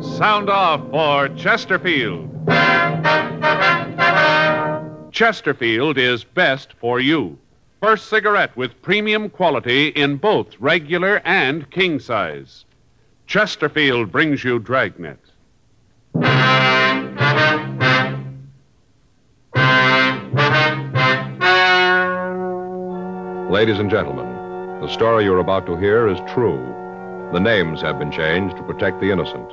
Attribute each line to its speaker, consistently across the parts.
Speaker 1: sound off for Chesterfield. Chesterfield is best for you. First cigarette with premium quality in both regular and king size. Chesterfield brings you Dragnet.
Speaker 2: Ladies and gentlemen, the story you're about to hear is true. The names have been changed to protect the innocent.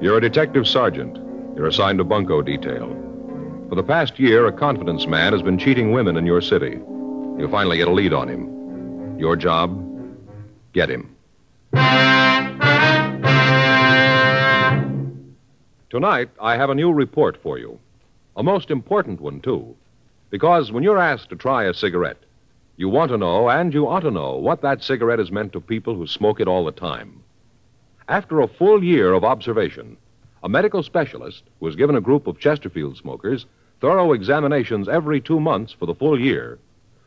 Speaker 2: You're a detective sergeant. You're assigned to bunco detail. For the past year, a confidence man has been cheating women in your city. You finally get a lead on him. Your job? Get him. Tonight, I have a new report for you. A most important one, too. Because when you're asked to try a cigarette, you want to know and you ought to know what that cigarette has meant to people who smoke it all the time. After a full year of observation, a medical specialist who has given a group of Chesterfield smokers thorough examinations every two months for the full year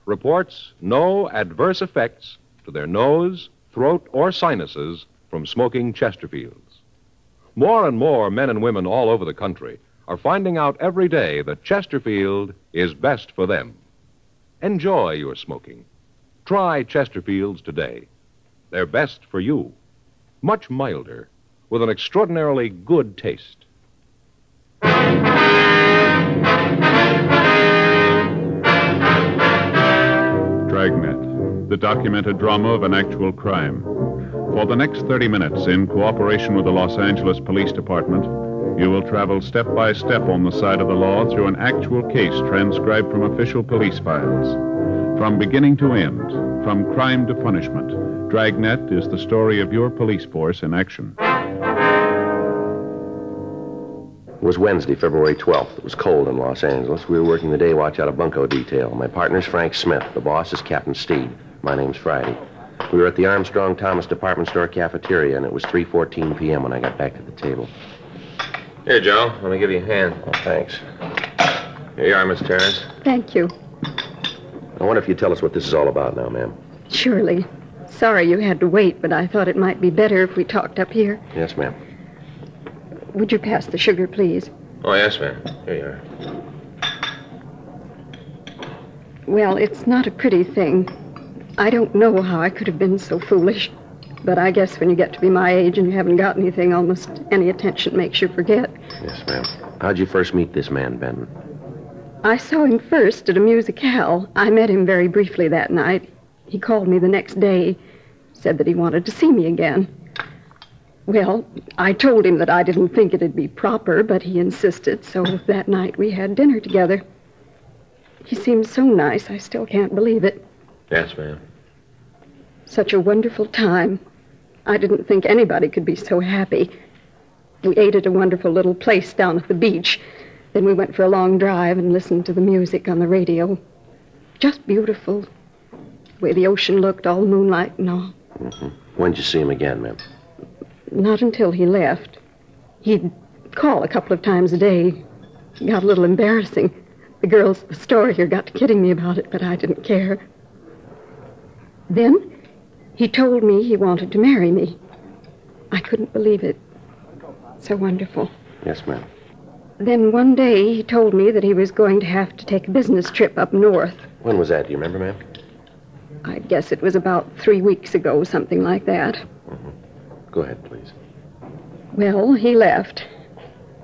Speaker 2: reports no adverse effects to their nose, throat, or sinuses from smoking Chesterfields. More and more men and women all over the country are finding out every day that Chesterfield is best for them. Enjoy your smoking. Try Chesterfields today. They're best for you. Much milder, with an extraordinarily good taste.
Speaker 1: Dragnet, the documented drama of an actual crime. For the next 30 minutes, in cooperation with the Los Angeles Police Department, you will travel step by step on the side of the law through an actual case transcribed from official police files. From beginning to end, from crime to punishment, Dragnet is the story of your police force in action.
Speaker 3: It was Wednesday, February 12th. It was cold in Los Angeles. We were working the day watch out of bunco detail. My partner's Frank Smith. The boss is Captain Steed. My name's Friday. We were at the Armstrong Thomas department store cafeteria, and it was 3.14 p.m. when I got back to the table.
Speaker 4: Here, Joe. Let me give you a hand.
Speaker 3: Oh, thanks.
Speaker 4: Here you are, Miss Terrence.
Speaker 5: Thank you.
Speaker 3: I wonder if you tell us what this is all about now, ma'am.
Speaker 5: Surely. Sorry you had to wait, but I thought it might be better if we talked up here.
Speaker 3: Yes, ma'am.
Speaker 5: Would you pass the sugar, please?
Speaker 4: Oh, yes, ma'am. Here you are.
Speaker 5: Well, it's not a pretty thing. I don't know how I could have been so foolish, but I guess when you get to be my age and you haven't got anything, almost any attention makes you forget.
Speaker 3: Yes, ma'am. How'd you first meet this man, Benton?
Speaker 5: I saw him first at a musicale. I met him very briefly that night. He called me the next day, said that he wanted to see me again. Well, I told him that I didn't think it'd be proper, but he insisted, so that night we had dinner together. He seemed so nice, I still can't believe it.
Speaker 4: Yes, ma'am.
Speaker 5: Such a wonderful time. I didn't think anybody could be so happy. We ate at a wonderful little place down at the beach. Then we went for a long drive and listened to the music on the radio. Just beautiful. The way the ocean looked, all moonlight and all.
Speaker 3: When'd you see him again, ma'am?
Speaker 5: Not until he left. He'd call a couple of times a day. It got a little embarrassing. The girls at the store here got to kidding me about it, but I didn't care. Then he told me he wanted to marry me. I couldn't believe it. So wonderful.
Speaker 3: Yes, ma'am.
Speaker 5: Then one day he told me that he was going to have to take a business trip up north.
Speaker 3: When was that? Do you remember, ma'am?
Speaker 5: I guess it was about three weeks ago, something like that.
Speaker 3: Go ahead, please.
Speaker 5: Well, he left.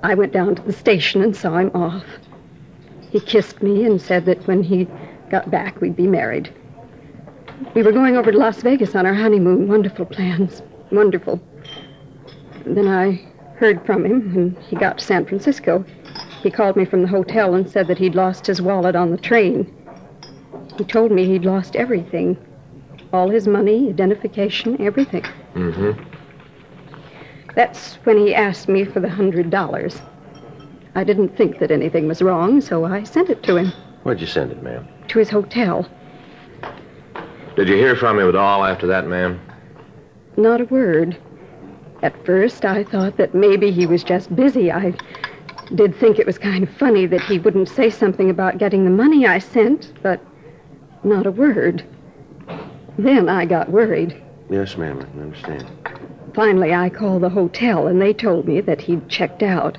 Speaker 5: I went down to the station and saw him off. He kissed me and said that when he got back, we'd be married. We were going over to Las Vegas on our honeymoon. Wonderful plans. Wonderful. Then I heard from him when he got to San Francisco. He called me from the hotel and said that he'd lost his wallet on the train. He told me he'd lost everything all his money, identification, everything. Mm-hmm. That's when he asked me for the hundred dollars. I didn't think that anything was wrong, so I sent it to him,
Speaker 3: Where'd you send it, ma'am?
Speaker 5: to his hotel.
Speaker 4: Did you hear from him at all after that, ma'am?
Speaker 5: Not a word. At first, I thought that maybe he was just busy. I did think it was kind of funny that he wouldn't say something about getting the money I sent, but Not a word. Then I got worried.
Speaker 3: Yes, ma'am, I can understand.
Speaker 5: Finally, I called the hotel, and they told me that he'd checked out.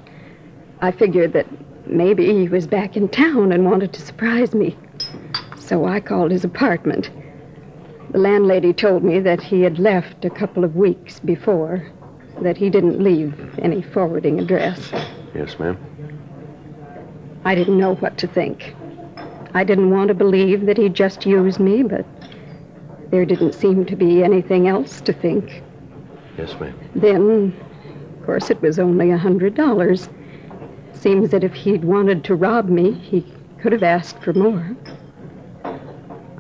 Speaker 5: I figured that maybe he was back in town and wanted to surprise me. So I called his apartment. The landlady told me that he had left a couple of weeks before, that he didn't leave any forwarding address.
Speaker 3: Yes, ma'am.
Speaker 5: I didn't know what to think. I didn't want to believe that he just used me, but there didn't seem to be anything else to think.
Speaker 3: Yes, ma'am.
Speaker 5: Then, of course, it was only a hundred dollars. Seems that if he'd wanted to rob me, he could have asked for more.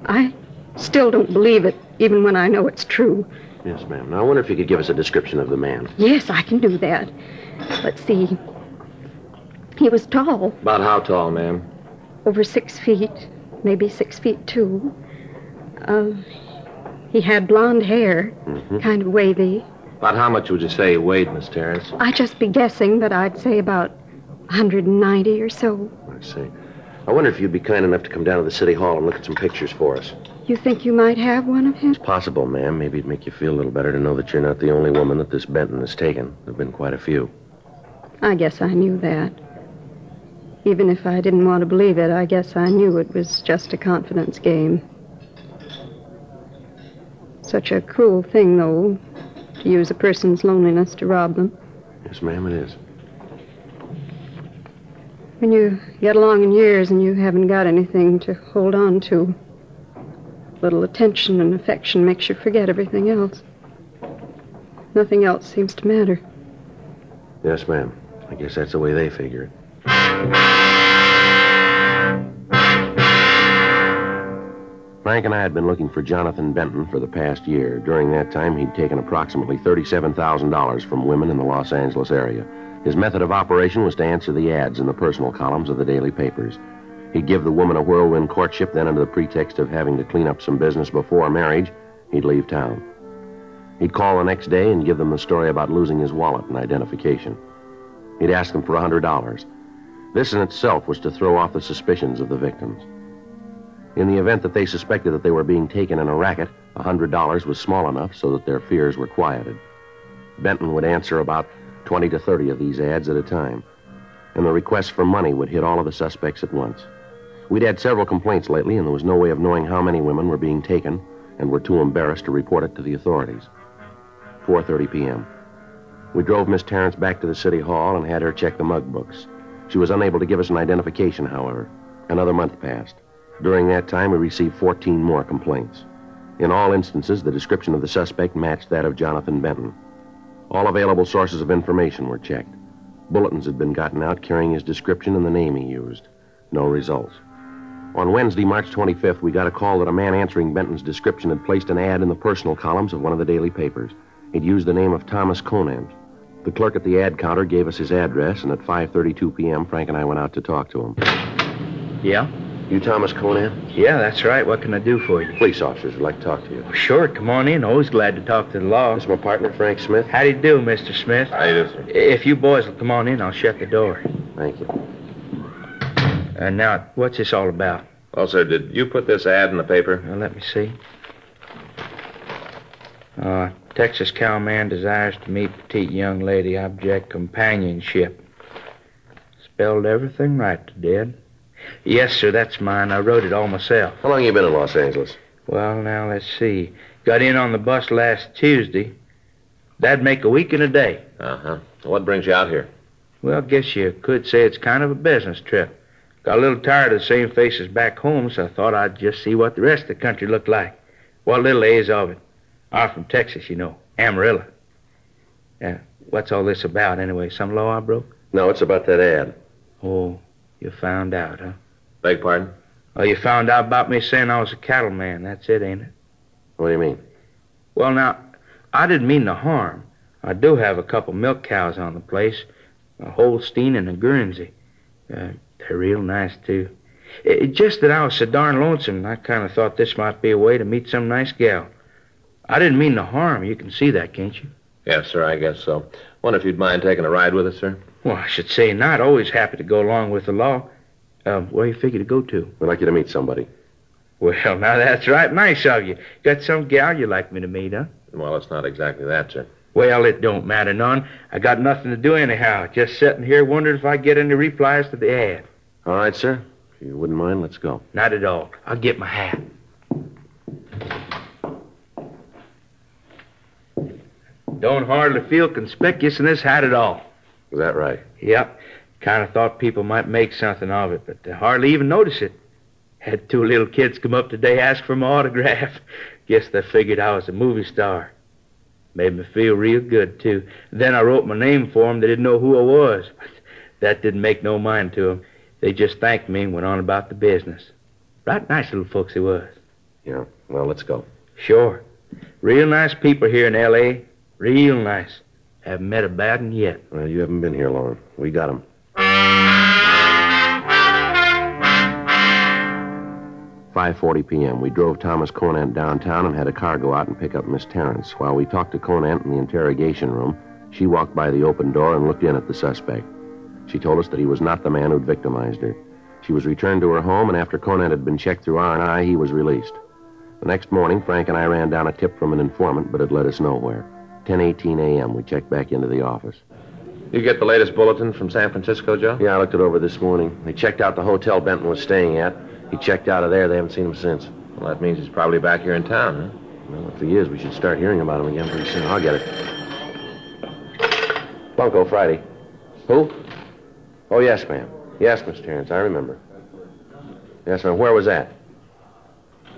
Speaker 5: I still don't believe it, even when I know it's true.
Speaker 3: Yes, ma'am. Now, I wonder if you could give us a description of the man.
Speaker 5: Yes, I can do that. Let's see. He was tall,
Speaker 4: About how tall, ma'am?
Speaker 5: over six feet, maybe six feet two. Uh, he had blonde hair, kind of wavy.
Speaker 4: About how much would you say he weighed, Miss Terrence?
Speaker 5: I'd just be guessing, but I'd say about 190 or so.
Speaker 3: I see. I wonder if you'd be kind enough to come down to the city hall and look at some pictures for us.
Speaker 5: You think you might have one of him?
Speaker 3: Possible, ma'am. Maybe it'd make you feel a little better to know that you're not the only woman that this Benton has taken. There've been quite a few.
Speaker 5: I guess I knew that. Even if I didn't want to believe it, I guess I knew it was just a confidence game. Such a cruel thing, though, to use a person's loneliness to rob them.
Speaker 3: Yes, ma'am, it is.
Speaker 5: When you get along in years and you haven't got anything to hold on to, little attention and affection makes you forget everything else. Nothing else seems to matter.
Speaker 3: Yes, ma'am. I guess that's the way they figure it. Frank and I had been looking for Jonathan Benton for the past year. During that time, he'd taken approximately $37,000 from women in the Los Angeles area. His method of operation was to answer the ads in the personal columns of the daily papers. He'd give the woman a whirlwind courtship, then, under the pretext of having to clean up some business before marriage, he'd leave town. He'd call the next day and give them the story about losing his wallet and identification. He'd ask them for a $100. This in itself was to throw off the suspicions of the victims. In the event that they suspected that they were being taken in a racket, a $100 was small enough so that their fears were quieted. Benton would answer about 20 to 30 of these ads at a time, and the requests for money would hit all of the suspects at once. We'd had several complaints lately, and there was no way of knowing how many women were being taken and were too embarrassed to report it to the authorities. 4:30 p.m. We drove Miss Terrence back to the city hall and had her check the mug books. She was unable to give us an identification, however. Another month passed. During that time, we received 14 more complaints. In all instances, the description of the suspect matched that of Jonathan Benton. All available sources of information were checked. Bulletins had been gotten out carrying his description and the name he used. No results. On Wednesday, March 25th, we got a call that a man answering Benton's description had placed an ad in the personal columns of one of the daily papers. He'd used the name of Thomas Conant. The clerk at the ad counter gave us his address, and at 5.32 p.m., Frank and I went out to talk to him.
Speaker 6: Yeah?
Speaker 3: You Thomas Conan?
Speaker 6: Yeah, that's right. What can I do for you?
Speaker 3: Police officers would like to talk to you.
Speaker 6: Sure, come on in. Always glad to talk to the law.
Speaker 3: This is my partner, Frank Smith.
Speaker 6: How do you do, Mr. Smith?
Speaker 4: I do, sir.
Speaker 6: If you boys will come on in, I'll shut the door.
Speaker 3: Thank you.
Speaker 6: Uh, now, what's this all about?
Speaker 4: Well, sir, did you put this ad in the paper?
Speaker 6: Well, let me see. Uh, Texas cowman desires to meet petite young lady. Object companionship. Spelled everything right, did. Yes, sir, that's mine. I wrote it all myself.
Speaker 3: How long you been in Los Angeles?
Speaker 6: Well, now let's see. Got in on the bus last Tuesday. That'd make a week and a day.
Speaker 4: Uh huh. What brings you out here?
Speaker 6: Well, guess you could say it's kind of a business trip. Got a little tired of the same faces back home, so I thought I'd just see what the rest of the country looked like. What little A's of it. I'm from Texas, you know. Amarillo. Yeah. What's all this about, anyway? Some law I broke?
Speaker 3: No, it's about that ad.
Speaker 6: Oh, you found out, huh?
Speaker 4: Beg pardon?
Speaker 6: Oh, you found out about me saying I was a cattleman. That's it, ain't it?
Speaker 3: What do you mean?
Speaker 6: Well, now, I didn't mean no harm. I do have a couple milk cows on the place, a Holstein and a Guernsey. Uh, they're real nice, too. It, it just that I was so darn lonesome, and I kind of thought this might be a way to meet some nice gal. I didn't mean no harm. You can see that, can't you?
Speaker 4: Yes, sir, I guess so. Wonder if you'd mind taking a ride with us, sir?
Speaker 6: Well, I should say not. Always happy to go along with the law. Um, Uh, where you figure to go to?
Speaker 3: We'd like you to meet somebody.
Speaker 6: Well, now that's right nice of you. Got some gal you like me to meet, huh?
Speaker 4: Well, it's not exactly that, sir.
Speaker 6: Well, it don't matter none. I got nothing to do anyhow. Just sitting here wondering if I get any replies to the ad.
Speaker 3: All right, sir. If you wouldn't mind, let's go.
Speaker 6: Not at all. I'll get my hat. Don't hardly feel conspicuous in this hat at all.
Speaker 3: Is that right?
Speaker 6: Yep. Kind of thought people might make something of it, but they hardly even notice it. Had two little kids come up today ask for my autograph. Guess they figured I was a movie star. Made me feel real good, too. Then I wrote my name for 'em. They didn't know who I was. But that didn't make no mind to 'em. They just thanked me and went on about the business. Right nice little folks they was.
Speaker 3: Yeah. Well, let's go.
Speaker 6: Sure. Real nice people here in L.A. Real nice. Haven't met a bad one yet.
Speaker 3: Well, you haven't been here long. We got him. Five forty p.m. We drove Thomas Conant downtown and had a car go out and pick up Miss Terrence. While we talked to Conant in the interrogation room, she walked by the open door and looked in at the suspect. She told us that he was not the man who'd victimized her. She was returned to her home, and after Conant had been checked through R and I, he was released. The next morning, Frank and I ran down a tip from an informant, but it led us nowhere. 10:18 a.m. We checked back into the office.
Speaker 4: You get the latest bulletin from San Francisco, Joe?
Speaker 3: Yeah, I looked it over this morning. They checked out the hotel Benton was staying at. He checked out of there. They haven't seen him since.
Speaker 4: Well, that means he's probably back here in town, huh?
Speaker 3: Well, if he is, we should start hearing about him again pretty soon. I'll get it. Bunko Friday. Who? Oh, yes, ma'am. Yes, Miss Terrence, I remember. Yes, ma'am. Where was that?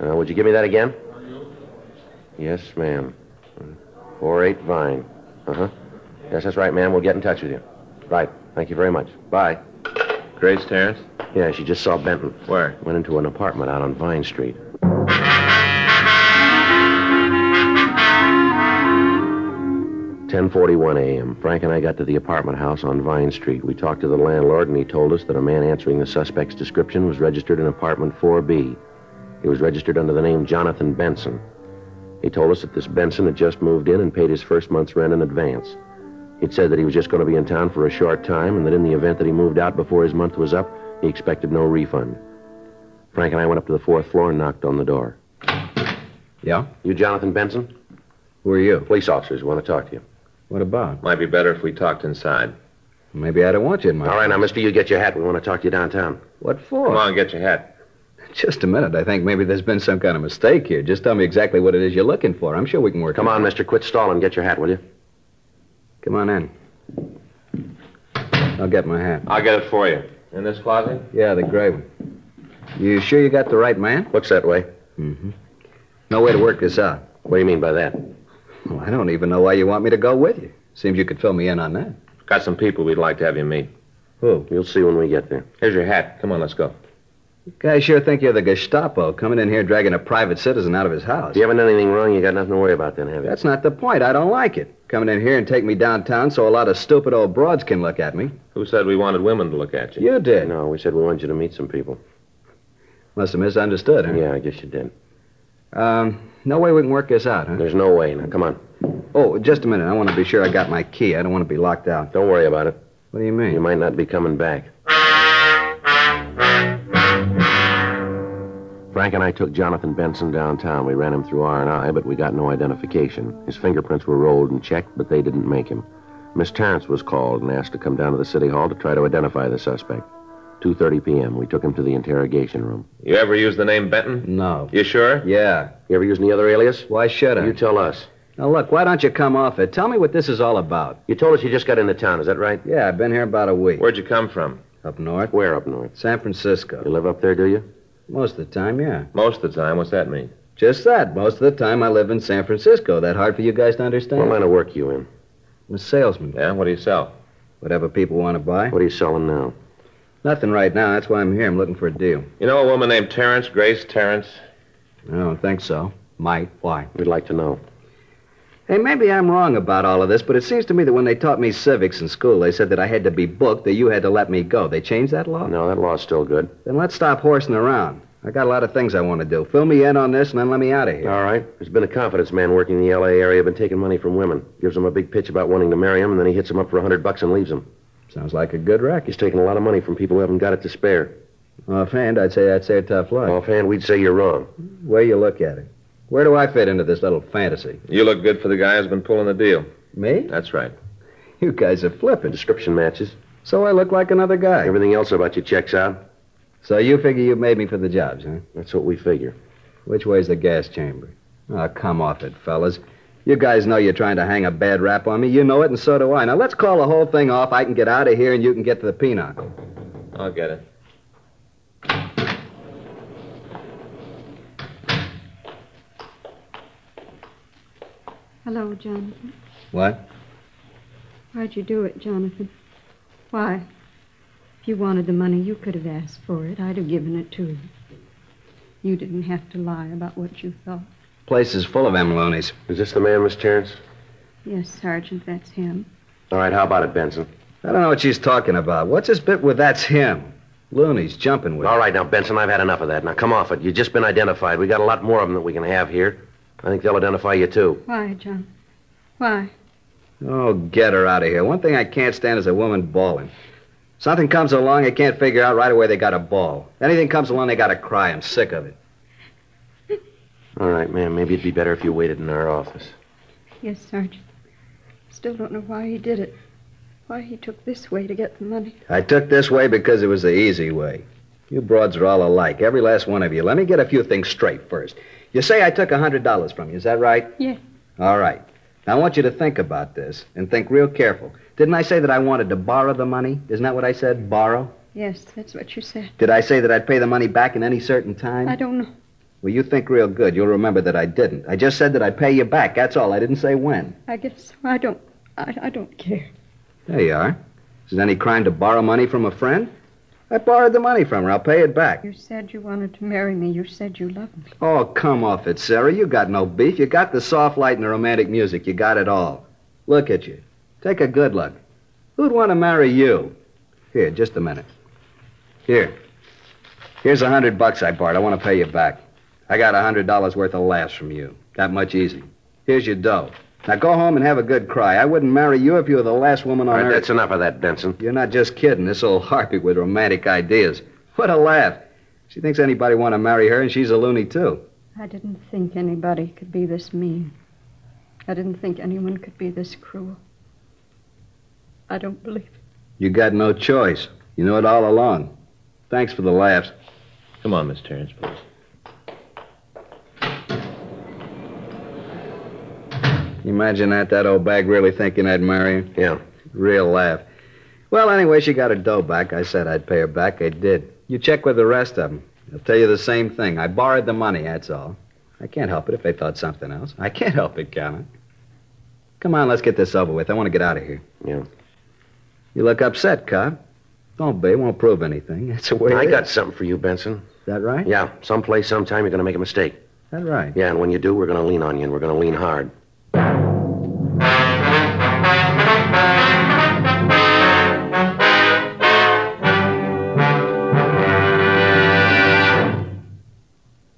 Speaker 3: Uh, would you give me that again? Yes, ma'am. Four eight Vine. Uh huh. Yes, that's right, ma'am. We'll get in touch with you. Right. Thank you very much. Bye.
Speaker 4: Grace Terrence?
Speaker 3: Yeah, she just saw Benton.
Speaker 4: Where?
Speaker 3: Went into an apartment out on Vine Street. Ten forty-one a.m. Frank and I got to the apartment house on Vine Street. We talked to the landlord, and he told us that a man answering the suspect's description was registered in apartment 4B. He was registered under the name Jonathan Benson. He told us that this Benson had just moved in and paid his first month's rent in advance. He'd said that he was just going to be in town for a short time and that in the event that he moved out before his month was up, he expected no refund. Frank and I went up to the fourth floor and knocked on the door.
Speaker 7: Yeah?
Speaker 3: You Jonathan Benson?
Speaker 7: Who are you?
Speaker 3: Police officers want to talk to you.
Speaker 7: What about?
Speaker 4: Might be better if we talked inside.
Speaker 7: Maybe I don't want you in my.
Speaker 3: All right, now, mister, you get your hat. We want to talk to you downtown.
Speaker 7: What for?
Speaker 4: Come on, get your hat.
Speaker 7: Just a minute. I think maybe there's been some kind of mistake here. Just tell me exactly what it is you're looking for. I'm sure we can work.
Speaker 3: Come
Speaker 7: it.
Speaker 3: on, mister, quit stalling. Get your hat, will you?
Speaker 7: Come on in. I'll get my hat.
Speaker 4: I'll get it for you. In this closet?
Speaker 7: Yeah, the gray one. You sure you got the right man?
Speaker 3: Looks that way.
Speaker 7: Mm-hmm. No way to work this out.
Speaker 3: What do you mean by that?
Speaker 7: Well, I don't even know why you want me to go with you. Seems you could fill me in on that.
Speaker 4: Got some people we'd like to have you meet.
Speaker 7: Who?
Speaker 3: You'll see when we get there.
Speaker 4: Here's your hat. Come on, let's go.
Speaker 7: You guys sure think you're the Gestapo coming in here dragging a private citizen out of his house.
Speaker 3: If you haven't done anything wrong, you got nothing to worry about then, have you?
Speaker 7: That's not the point. I don't like it. Coming in here and take me downtown so a lot of stupid old broads can look at me.
Speaker 4: Who said we wanted women to look at you?
Speaker 7: You did.
Speaker 3: No, we said we wanted you to meet some people.
Speaker 7: Must have misunderstood, huh?
Speaker 3: Yeah, I guess you did.
Speaker 7: Um, no way we can work this out, huh?
Speaker 3: There's no way. Now, come on.
Speaker 7: Oh, just a minute. I want to be sure I got my key. I don't want to be locked out.
Speaker 3: Don't worry about it.
Speaker 7: What do you mean?
Speaker 3: You might not be coming back. Frank and I took Jonathan Benson downtown. We ran him through R&I, but we got no identification. His fingerprints were rolled and checked, but they didn't make him. Miss Terrence was called and asked to come down to the city hall to try to identify the suspect. 2:30 p.m. We took him to the interrogation room.
Speaker 4: You ever use the name Benton?
Speaker 7: No.
Speaker 4: You sure?
Speaker 7: Yeah.
Speaker 3: You ever use any other alias?
Speaker 7: Why should I?
Speaker 3: You tell us.
Speaker 7: Now, look, why don't you come off it? Tell me what this is all about.
Speaker 3: You told us you just got into town. Is that right?
Speaker 7: Yeah, I've been here about a week.
Speaker 4: Where'd you come from?
Speaker 7: Up north?
Speaker 3: Where up north?
Speaker 7: San Francisco.
Speaker 3: You live up there, do you?
Speaker 7: Most of the time, yeah.
Speaker 4: Most of the time. What's that mean?
Speaker 7: Just that. Most of the time I live in San Francisco. That hard for you guys to understand?
Speaker 3: What line of work you in?
Speaker 7: I'm a salesman.
Speaker 4: Yeah, what do you sell?
Speaker 7: Whatever people want to buy.
Speaker 3: What are you selling now?
Speaker 7: Nothing right now. That's why I'm here. I'm looking for a deal.
Speaker 4: You know a woman named Terrence, Grace Terrence?
Speaker 7: I don't think so. Might. Why?
Speaker 3: We'd like to know.
Speaker 7: Hey, maybe I'm wrong about all of this, but it seems to me that when they taught me civics in school, they said that I had to be booked, that you had to let me go. They changed that law?
Speaker 3: No, that law's still good.
Speaker 7: Then let's stop horsing around. I got a lot of things I want to do. Fill me in on this and then let me out of here.
Speaker 3: All right. There's been a confidence man working in the L.A. area, been taking money from women. Gives them a big pitch about wanting to marry him, and then he hits them up for a hundred bucks and leaves them.
Speaker 7: Sounds like a good racket.
Speaker 3: He's taking a lot of money from people who haven't got it to spare.
Speaker 7: Offhand, I'd say I'd say a tough luck.
Speaker 3: Offhand, we'd say you're wrong.
Speaker 7: Where you look at it. Where do I fit into this little fantasy?
Speaker 4: You look good for the guy who's been pulling the deal.
Speaker 7: Me?
Speaker 4: That's right.
Speaker 7: You guys are
Speaker 3: The
Speaker 7: flippant.
Speaker 3: description matches.
Speaker 7: So I look like another guy.
Speaker 3: Everything else about you checks out.
Speaker 7: So you figure you made me for the jobs, huh?
Speaker 3: That's what we figure.
Speaker 7: Which way's the gas chamber? Oh, come off it, fellas. You guys know you're trying to hang a bad rap on me. You know it, and so do I. Now let's call the whole thing off. I can get out of here, and you can get to the pinochle.
Speaker 4: I'll get it.
Speaker 5: Hello, Jonathan.
Speaker 7: What?
Speaker 5: Why'd you do it, Jonathan? Why? If you wanted the money, you could have asked for it. I'd have given it to you. You didn't have to lie about what you thought.
Speaker 7: Place is full of them loonies.
Speaker 3: Is this the man, Miss Terrence?
Speaker 5: Yes, Sergeant, that's him.
Speaker 3: All right, how about it, Benson?
Speaker 7: I don't know what she's talking about. What's this bit with that's him? Loonies jumping with.
Speaker 3: All right, now, Benson, I've had enough of that. Now, come off it. You've just been identified. We got a lot more of them that we can have here. I think they'll identify you, too.
Speaker 5: Why, John? Why?
Speaker 7: Oh, get her out of here. One thing I can't stand is a woman bawling. Something comes along, I can't figure out right away they got to bawl. Anything comes along, they got to cry. I'm sick of it.
Speaker 3: All right, ma'am, maybe it'd be better if you waited in our office.
Speaker 5: Yes, Sergeant. Still don't know why he did it. Why he took this way to get the money.
Speaker 7: I took this way because it was the easy way. You broads are all alike, every last one of you. Let me get a few things straight first. You say I took a $100 from you, is that right?
Speaker 5: Yeah.
Speaker 7: All right. Now, I want you to think about this and think real careful. Didn't I say that I wanted to borrow the money? Isn't that what I said? Borrow?
Speaker 5: Yes, that's what you said.
Speaker 7: Did I say that I'd pay the money back in any certain time?
Speaker 5: I don't know.
Speaker 7: Well, you think real good. You'll remember that I didn't. I just said that I'd pay you back. That's all. I didn't say when.
Speaker 5: I guess I don't. I, I don't care.
Speaker 7: There you are. Is it any crime to borrow money from a friend? I borrowed the money from her. I'll pay it back.
Speaker 5: You said you wanted to marry me. You said you loved me.
Speaker 7: Oh, come off it, Sarah. You got no beef. You got the soft light and the romantic music. You got it all. Look at you. Take a good look. Who'd want to marry you? Here, just a minute. Here. Here's a hundred bucks I borrowed. I want to pay you back. I got a hundred dollars worth of laughs from you. That much easy. Here's your dough. Now go home and have a good cry. I wouldn't marry you if you were the last woman on
Speaker 3: All right,
Speaker 7: earth.
Speaker 3: that's enough of that, Benson.
Speaker 7: You're not just kidding. This old harpy with romantic ideas. What a laugh. She thinks anybody want to marry her, and she's a loony, too.
Speaker 5: I didn't think anybody could be this mean. I didn't think anyone could be this cruel. I don't believe it.
Speaker 7: You got no choice. You know it all along. Thanks for the laughs.
Speaker 4: Come on, Miss Terrence, please.
Speaker 7: Imagine that, that old bag really thinking I'd marry her.
Speaker 3: Yeah.
Speaker 7: Real laugh. Well, anyway, she got her dough back. I said I'd pay her back. I did. You check with the rest of them. They'll tell you the same thing. I borrowed the money, that's all. I can't help it if they thought something else. I can't help it, Calvin. Come on, let's get this over with. I want to get out of here.
Speaker 3: Yeah.
Speaker 7: You look upset, Cobb. Don't be. It won't prove anything. That's the way
Speaker 3: I
Speaker 7: it
Speaker 3: got
Speaker 7: is.
Speaker 3: something for you, Benson.
Speaker 7: Is that right?
Speaker 3: Yeah, someplace, sometime, you're going to make a mistake.
Speaker 7: That right.
Speaker 3: Yeah, and when you do, we're going to lean on you, and we're going to lean hard.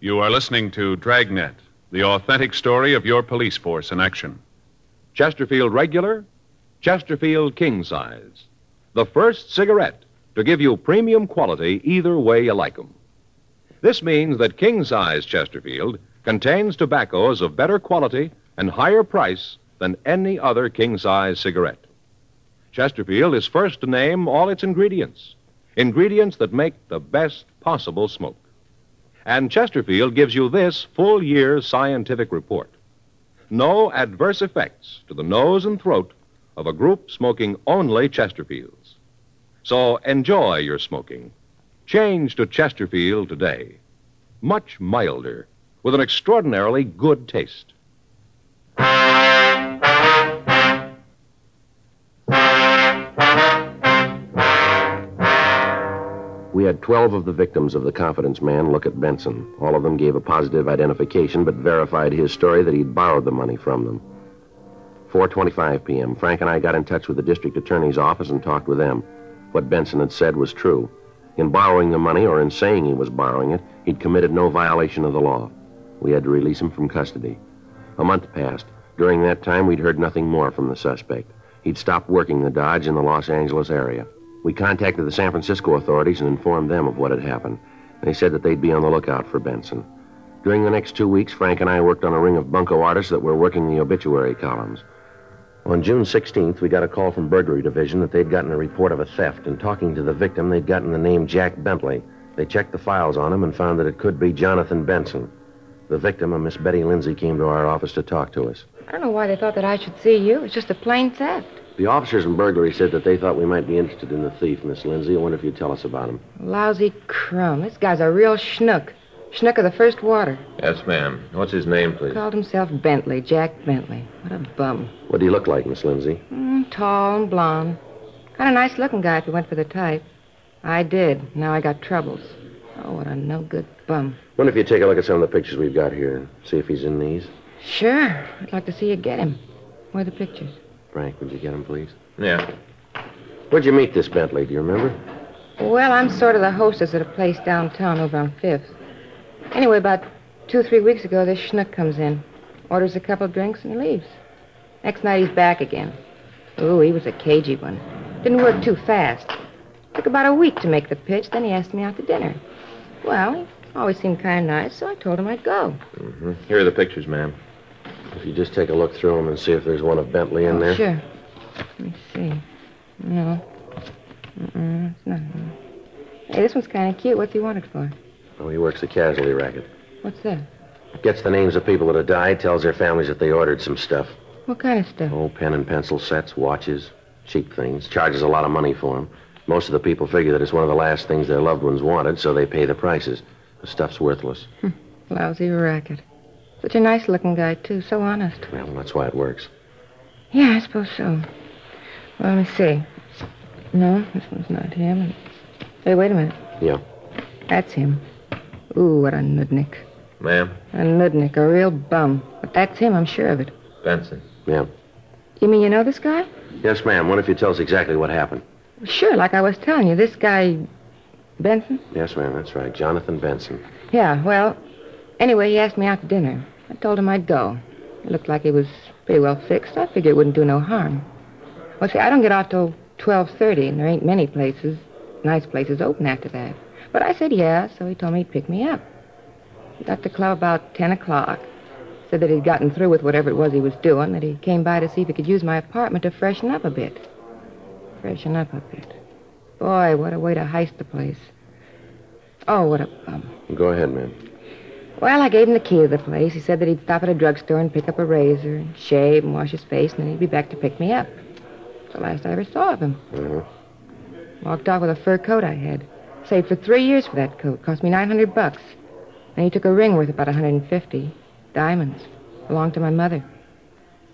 Speaker 1: You are listening to Dragnet, the authentic story of your police force in action.
Speaker 2: Chesterfield regular, Chesterfield king size. The first cigarette to give you premium quality either way you like 'em. This means that king size Chesterfield contains tobaccos of better quality and higher price than any other king size cigarette. Chesterfield is first to name all its ingredients, ingredients that make the best possible smoke. And Chesterfield gives you this full year scientific report no adverse effects to the nose and throat of a group smoking only Chesterfields. So enjoy your smoking. Change to Chesterfield today. Much milder, with an extraordinarily good taste.
Speaker 3: We had 12 of the victims of the confidence man look at Benson. All of them gave a positive identification, but verified his story that he'd borrowed the money from them. 4:25 p.m. Frank and I got in touch with the district attorney's office and talked with them. What Benson had said was true. In borrowing the money or in saying he was borrowing it, he'd committed no violation of the law. We had to release him from custody. A month passed. During that time, we'd heard nothing more from the suspect. He'd stopped working the Dodge in the Los Angeles area. We contacted the San Francisco authorities and informed them of what had happened. They said that they'd be on the lookout for Benson. During the next two weeks, Frank and I worked on a ring of bunco artists that were working the obituary columns. On June 16th, we got a call from Burglary Division that they'd gotten a report of a theft, and talking to the victim, they'd gotten the name Jack Bentley. They checked the files on him and found that it could be Jonathan Benson. The victim, a Miss Betty Lindsay, came to our office to talk to us.
Speaker 8: I don't know why they thought that I should see you. It's just a plain theft.
Speaker 3: The officers in burglary said that they thought we might be interested in the thief, Miss Lindsay. I wonder if you'd tell us about him.
Speaker 8: Lousy crumb. This guy's a real schnook. Schnook of the first water.
Speaker 4: Yes, ma'am. What's his name, please?
Speaker 8: Called himself Bentley, Jack Bentley. What a bum.
Speaker 3: What did he look like, Miss Lindsay?
Speaker 8: Mm, tall and blond. Kind of nice looking guy if you went for the type. I did. Now I got troubles. Oh, what a no good bum.
Speaker 3: Wonder if you'd take a look at some of the pictures we've got here and see if he's in these.
Speaker 8: Sure. I'd like to see you get him. Where are the pictures?
Speaker 3: Frank, would you get him, please?
Speaker 4: Yeah.
Speaker 3: Where'd you meet this Bentley? Do you remember?
Speaker 8: Well, I'm sort of the hostess at a place downtown over on Fifth. Anyway, about two, three weeks ago, this schnook comes in, orders a couple of drinks, and leaves. Next night, he's back again. Ooh, he was a cagey one. Didn't work too fast. Took about a week to make the pitch, then he asked me out to dinner. Well, he always seemed kind of nice, so I told him I'd go.
Speaker 4: hmm Here are the pictures, ma'am.
Speaker 3: If you just take a look through them and see if there's one of Bentley in there.
Speaker 8: Oh, Sure. Let me see. No. Mm-mm, it's nothing. Hey, this one's kind of cute. What do you want it for?
Speaker 3: Oh, he works the casualty racket.
Speaker 8: What's that?
Speaker 3: Gets the names of people that have died, tells their families that they ordered some stuff.
Speaker 8: What kind of stuff?
Speaker 3: Old pen and pencil sets, watches, cheap things. Charges a lot of money for 'em. Most of the people figure that it's one of the last things their loved ones wanted, so they pay the prices. The stuff's worthless.
Speaker 8: Lousy racket. Such a nice looking guy, too. So honest.
Speaker 3: Well, that's why it works.
Speaker 8: Yeah, I suppose so. Well, let me see. No, this one's not him. Hey, wait a minute.
Speaker 3: Yeah.
Speaker 8: That's him. Ooh, what a nudnik.
Speaker 4: Ma'am,
Speaker 8: A nudnik, a real bum. But that's him, I'm sure of it.
Speaker 4: Benson.
Speaker 8: You mean you know this guy?
Speaker 3: Yes, ma'am. What if you tell us exactly what happened?
Speaker 8: Sure, like I was telling you, this guy. Benson?
Speaker 3: Yes, ma'am. That's right. Jonathan Benson.
Speaker 8: Yeah, well, anyway, he asked me out to dinner. I told him I'd go. It looked like he was pretty well fixed. I figured it wouldn't do no harm. Well, see, I don't get off till 12.30, and there ain't many places, nice places open after that. But I said yeah, so he told me he'd pick me up. He got to the club about 10 o'clock. Said that he'd gotten through with whatever it was he was doing, that he came by to see if he could use my apartment to freshen up a bit. Freshen up a bit. Boy, what a way to heist the place. Oh, what a bum.
Speaker 3: Go ahead, ma'am.
Speaker 8: Well, I gave him the key of the place. He said that he'd stop at a drugstore and pick up a razor and shave and wash his face, and then he'd be back to pick me up. It's the last I ever saw of him.
Speaker 3: Mhm.
Speaker 4: Mm-hmm.
Speaker 8: Walked off with a fur coat I had. Saved for three years for that coat. Cost me 900 bucks. And he took a ring worth about 150. Diamonds. Belonged to my mother.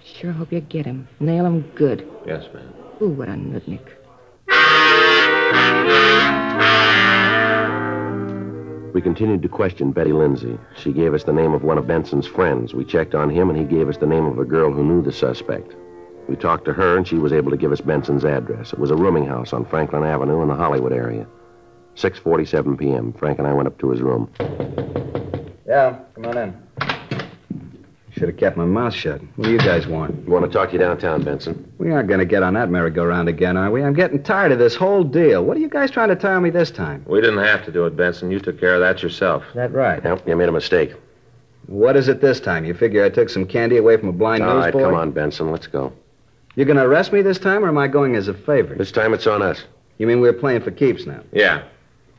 Speaker 8: Sure hope you get him. Nail him good.
Speaker 4: Yes, ma'am.
Speaker 8: Ooh, what a nudnik.
Speaker 3: We continued to question Betty Lindsay. She gave us the name of one of Benson's friends. We checked on him, and he gave us the name of a girl who knew the suspect. We talked to her, and she was able to give us Benson's address. It was a rooming house on Franklin Avenue in the Hollywood area. 6:47 p.m. Frank and I went up to his room.
Speaker 7: Yeah, come on in. Should have kept my mouth shut. What do you guys want?
Speaker 3: We want to talk to you downtown, Benson.
Speaker 7: We aren't going to get on that merry-go-round again, are we? I'm getting tired of this whole deal. What are you guys trying to tell me this time?
Speaker 4: We didn't have to do it, Benson. You took care of that yourself.
Speaker 7: Is that right?
Speaker 3: Yeah, you made a mistake.
Speaker 7: What is it this time? You figure I took some candy away from a blind
Speaker 3: All right,
Speaker 7: newsboy?
Speaker 3: come on, Benson. Let's go.
Speaker 7: You're going to arrest me this time, or am I going as a favor?
Speaker 3: This time it's on us.
Speaker 7: You mean we're playing for keeps now?
Speaker 4: Yeah,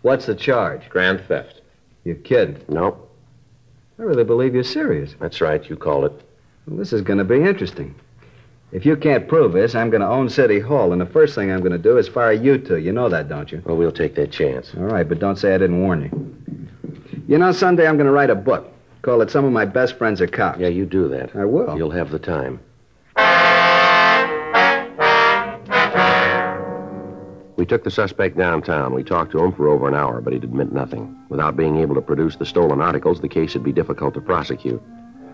Speaker 7: What's the charge?
Speaker 4: grand theft.
Speaker 7: You kidding?
Speaker 3: No,
Speaker 7: I really believe you're serious.
Speaker 3: that's right. You called it.
Speaker 7: Well, this is going to be interesting. If you can't prove this, I'm going to own City Hall, and the first thing I'm going to do is fire you two. You know that, don't you?
Speaker 3: Well, we'll take that chance.
Speaker 7: All right, but don't say I didn't warn you. You know, someday I'm going to write a book. Call it Some of My Best Friends Are Cops.
Speaker 3: Yeah, you do that.
Speaker 7: I will.
Speaker 3: You'll have the time. We took the suspect downtown. We talked to him for over an hour, but he'd admit nothing. Without being able to produce the stolen articles, the case would be difficult to prosecute.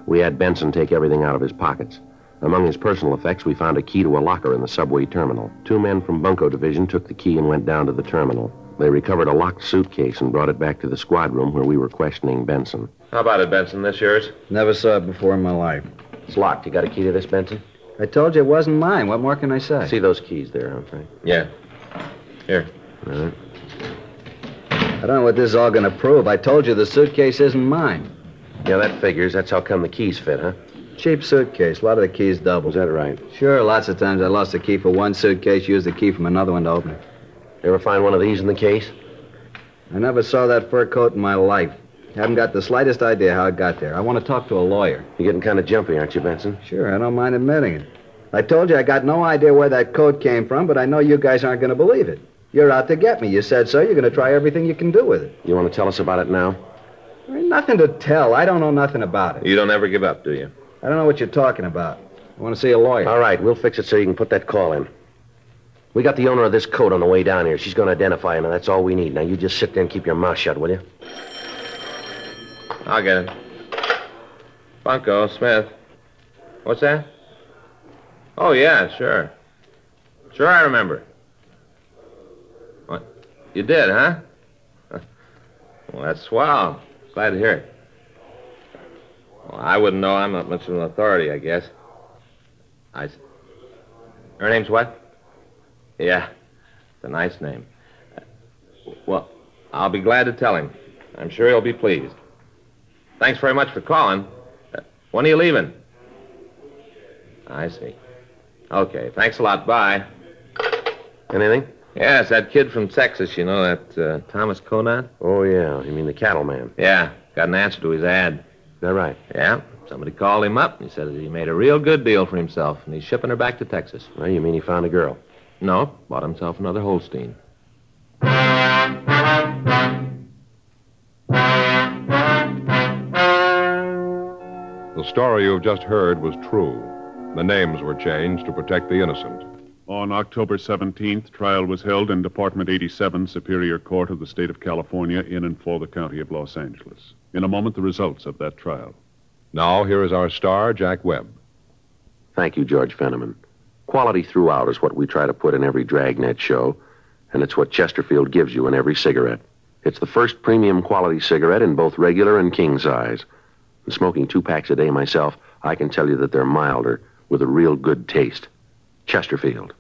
Speaker 3: We had Benson take everything out of his pockets. Among his personal effects, we found a key to a locker in the subway terminal. Two men from Bunko Division took the key and went down to the terminal. They recovered a locked suitcase and brought it back to the squad room where we were questioning Benson.
Speaker 4: How about it, Benson? This yours?
Speaker 7: Never saw it before in my life.
Speaker 3: It's locked. You got a key to this, Benson?
Speaker 7: I told you it wasn't mine. What more can I say?
Speaker 3: See those keys there, huh, Frank?
Speaker 4: Yeah. Here.
Speaker 3: All right.
Speaker 7: I don't know what this is all going to prove. I told you the suitcase isn't mine.
Speaker 3: Yeah, that figures. That's how come the keys fit, huh?
Speaker 7: Cheap suitcase. A lot of the keys
Speaker 3: Was
Speaker 7: doubles.
Speaker 3: that right?
Speaker 7: Sure, lots of times I lost a key for one suitcase, used the key from another one to open it.
Speaker 3: You ever find one of these in the case?
Speaker 7: I never saw that fur coat in my life. Haven't got the slightest idea how it got there. I want to talk to a lawyer.
Speaker 3: You're getting kind of jumpy, aren't you, Benson?
Speaker 7: Sure, I don't mind admitting it. I told you I got no idea where that coat came from, but I know you guys aren't going to believe it. You're out to get me. You said so. You're going to try everything you can do with it.
Speaker 3: You want to tell us about it now?
Speaker 7: There ain't nothing to tell. I don't know nothing about it.
Speaker 4: You don't ever give up, do you?
Speaker 7: I don't know what you're talking about. I want to see a lawyer.
Speaker 3: All right, we'll fix it so you can put that call in. We got the owner of this coat on the way down here. She's going to identify him, and that's all we need. Now, you just sit there and keep your mouth shut, will you?
Speaker 4: I'll get it. Bunko, Smith. What's that? Oh, yeah, sure. Sure, I remember. What? You did, huh? Well, that's swell. Glad to hear it. Well, I wouldn't know. I'm not much of an authority, I guess. I. s- Her name's what? Yeah, it's a nice name. Well, I'll be glad to tell him. I'm sure he'll be pleased. Thanks very much for calling. Uh, when are you leaving? I see. Okay, thanks a lot. Bye.
Speaker 3: Anything?
Speaker 4: Yes, that kid from Texas, you know, that uh, Thomas Conant?
Speaker 3: Oh, yeah. You mean the cattleman?
Speaker 4: Yeah, got an answer to his ad.
Speaker 3: Is that right?
Speaker 4: Yeah, somebody called him up and he said that he made a real good deal for himself and he's shipping her back to Texas.
Speaker 3: Well, you mean he found a girl?
Speaker 4: No, bought himself another Holstein.
Speaker 2: The story you have just heard was true. The names were changed to protect the innocent.
Speaker 1: On October 17th, trial was held in Department 87, Superior Court of the State of California, in and for the County of Los Angeles. In a moment, the results of that trial.
Speaker 2: Now, here is our star, Jack Webb.
Speaker 3: Thank you, George Fenneman. Quality throughout is what we try to put in every dragnet show, and it's what Chesterfield gives you in every cigarette. It's the first premium quality cigarette in both regular and king size. And smoking two packs a day myself, I can tell you that they're milder with a real good taste. Chesterfield.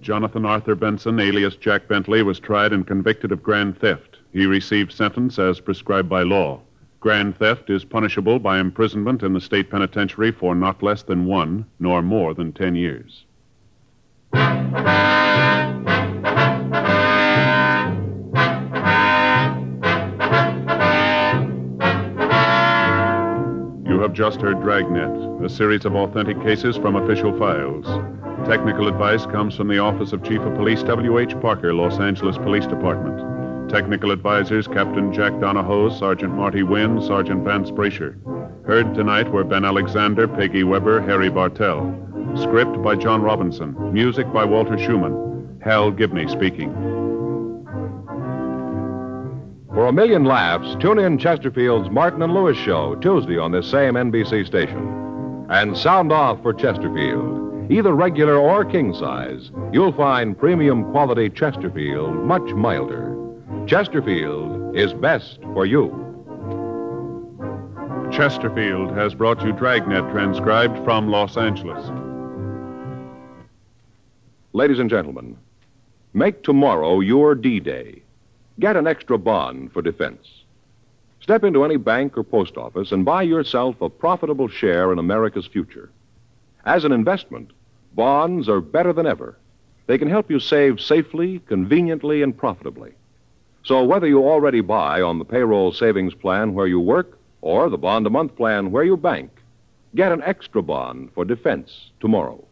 Speaker 1: Jonathan Arthur Benson, alias Jack Bentley, was tried and convicted of grand theft. He received sentence as prescribed by law. Grand theft is punishable by imprisonment in the state penitentiary for not less than one, nor more than ten years. You have just heard Dragnet, a series of authentic cases from official files. Technical advice comes from the Office of Chief of Police W.H. Parker, Los Angeles Police Department. Technical advisors Captain Jack Donahoe, Sergeant Marty Wynn, Sergeant Vance Brasher. Heard tonight were Ben Alexander, Peggy Weber, Harry Bartell. Script by John Robinson. Music by Walter Schumann. Hal Gibney speaking.
Speaker 2: For a million laughs, tune in Chesterfield's Martin and Lewis show Tuesday on this same NBC station. And sound off for Chesterfield. Either regular or king size, you'll find premium quality Chesterfield much milder. Chesterfield is best for you.
Speaker 1: Chesterfield has brought you Dragnet transcribed from Los Angeles.
Speaker 2: Ladies and gentlemen, make tomorrow your D Day. Get an extra bond for defense. Step into any bank or post office and buy yourself a profitable share in America's future. As an investment, bonds are better than ever. They can help you save safely, conveniently, and profitably. So whether you already buy on the payroll savings plan where you work or the bond a month plan where you bank, get an extra bond for defense tomorrow.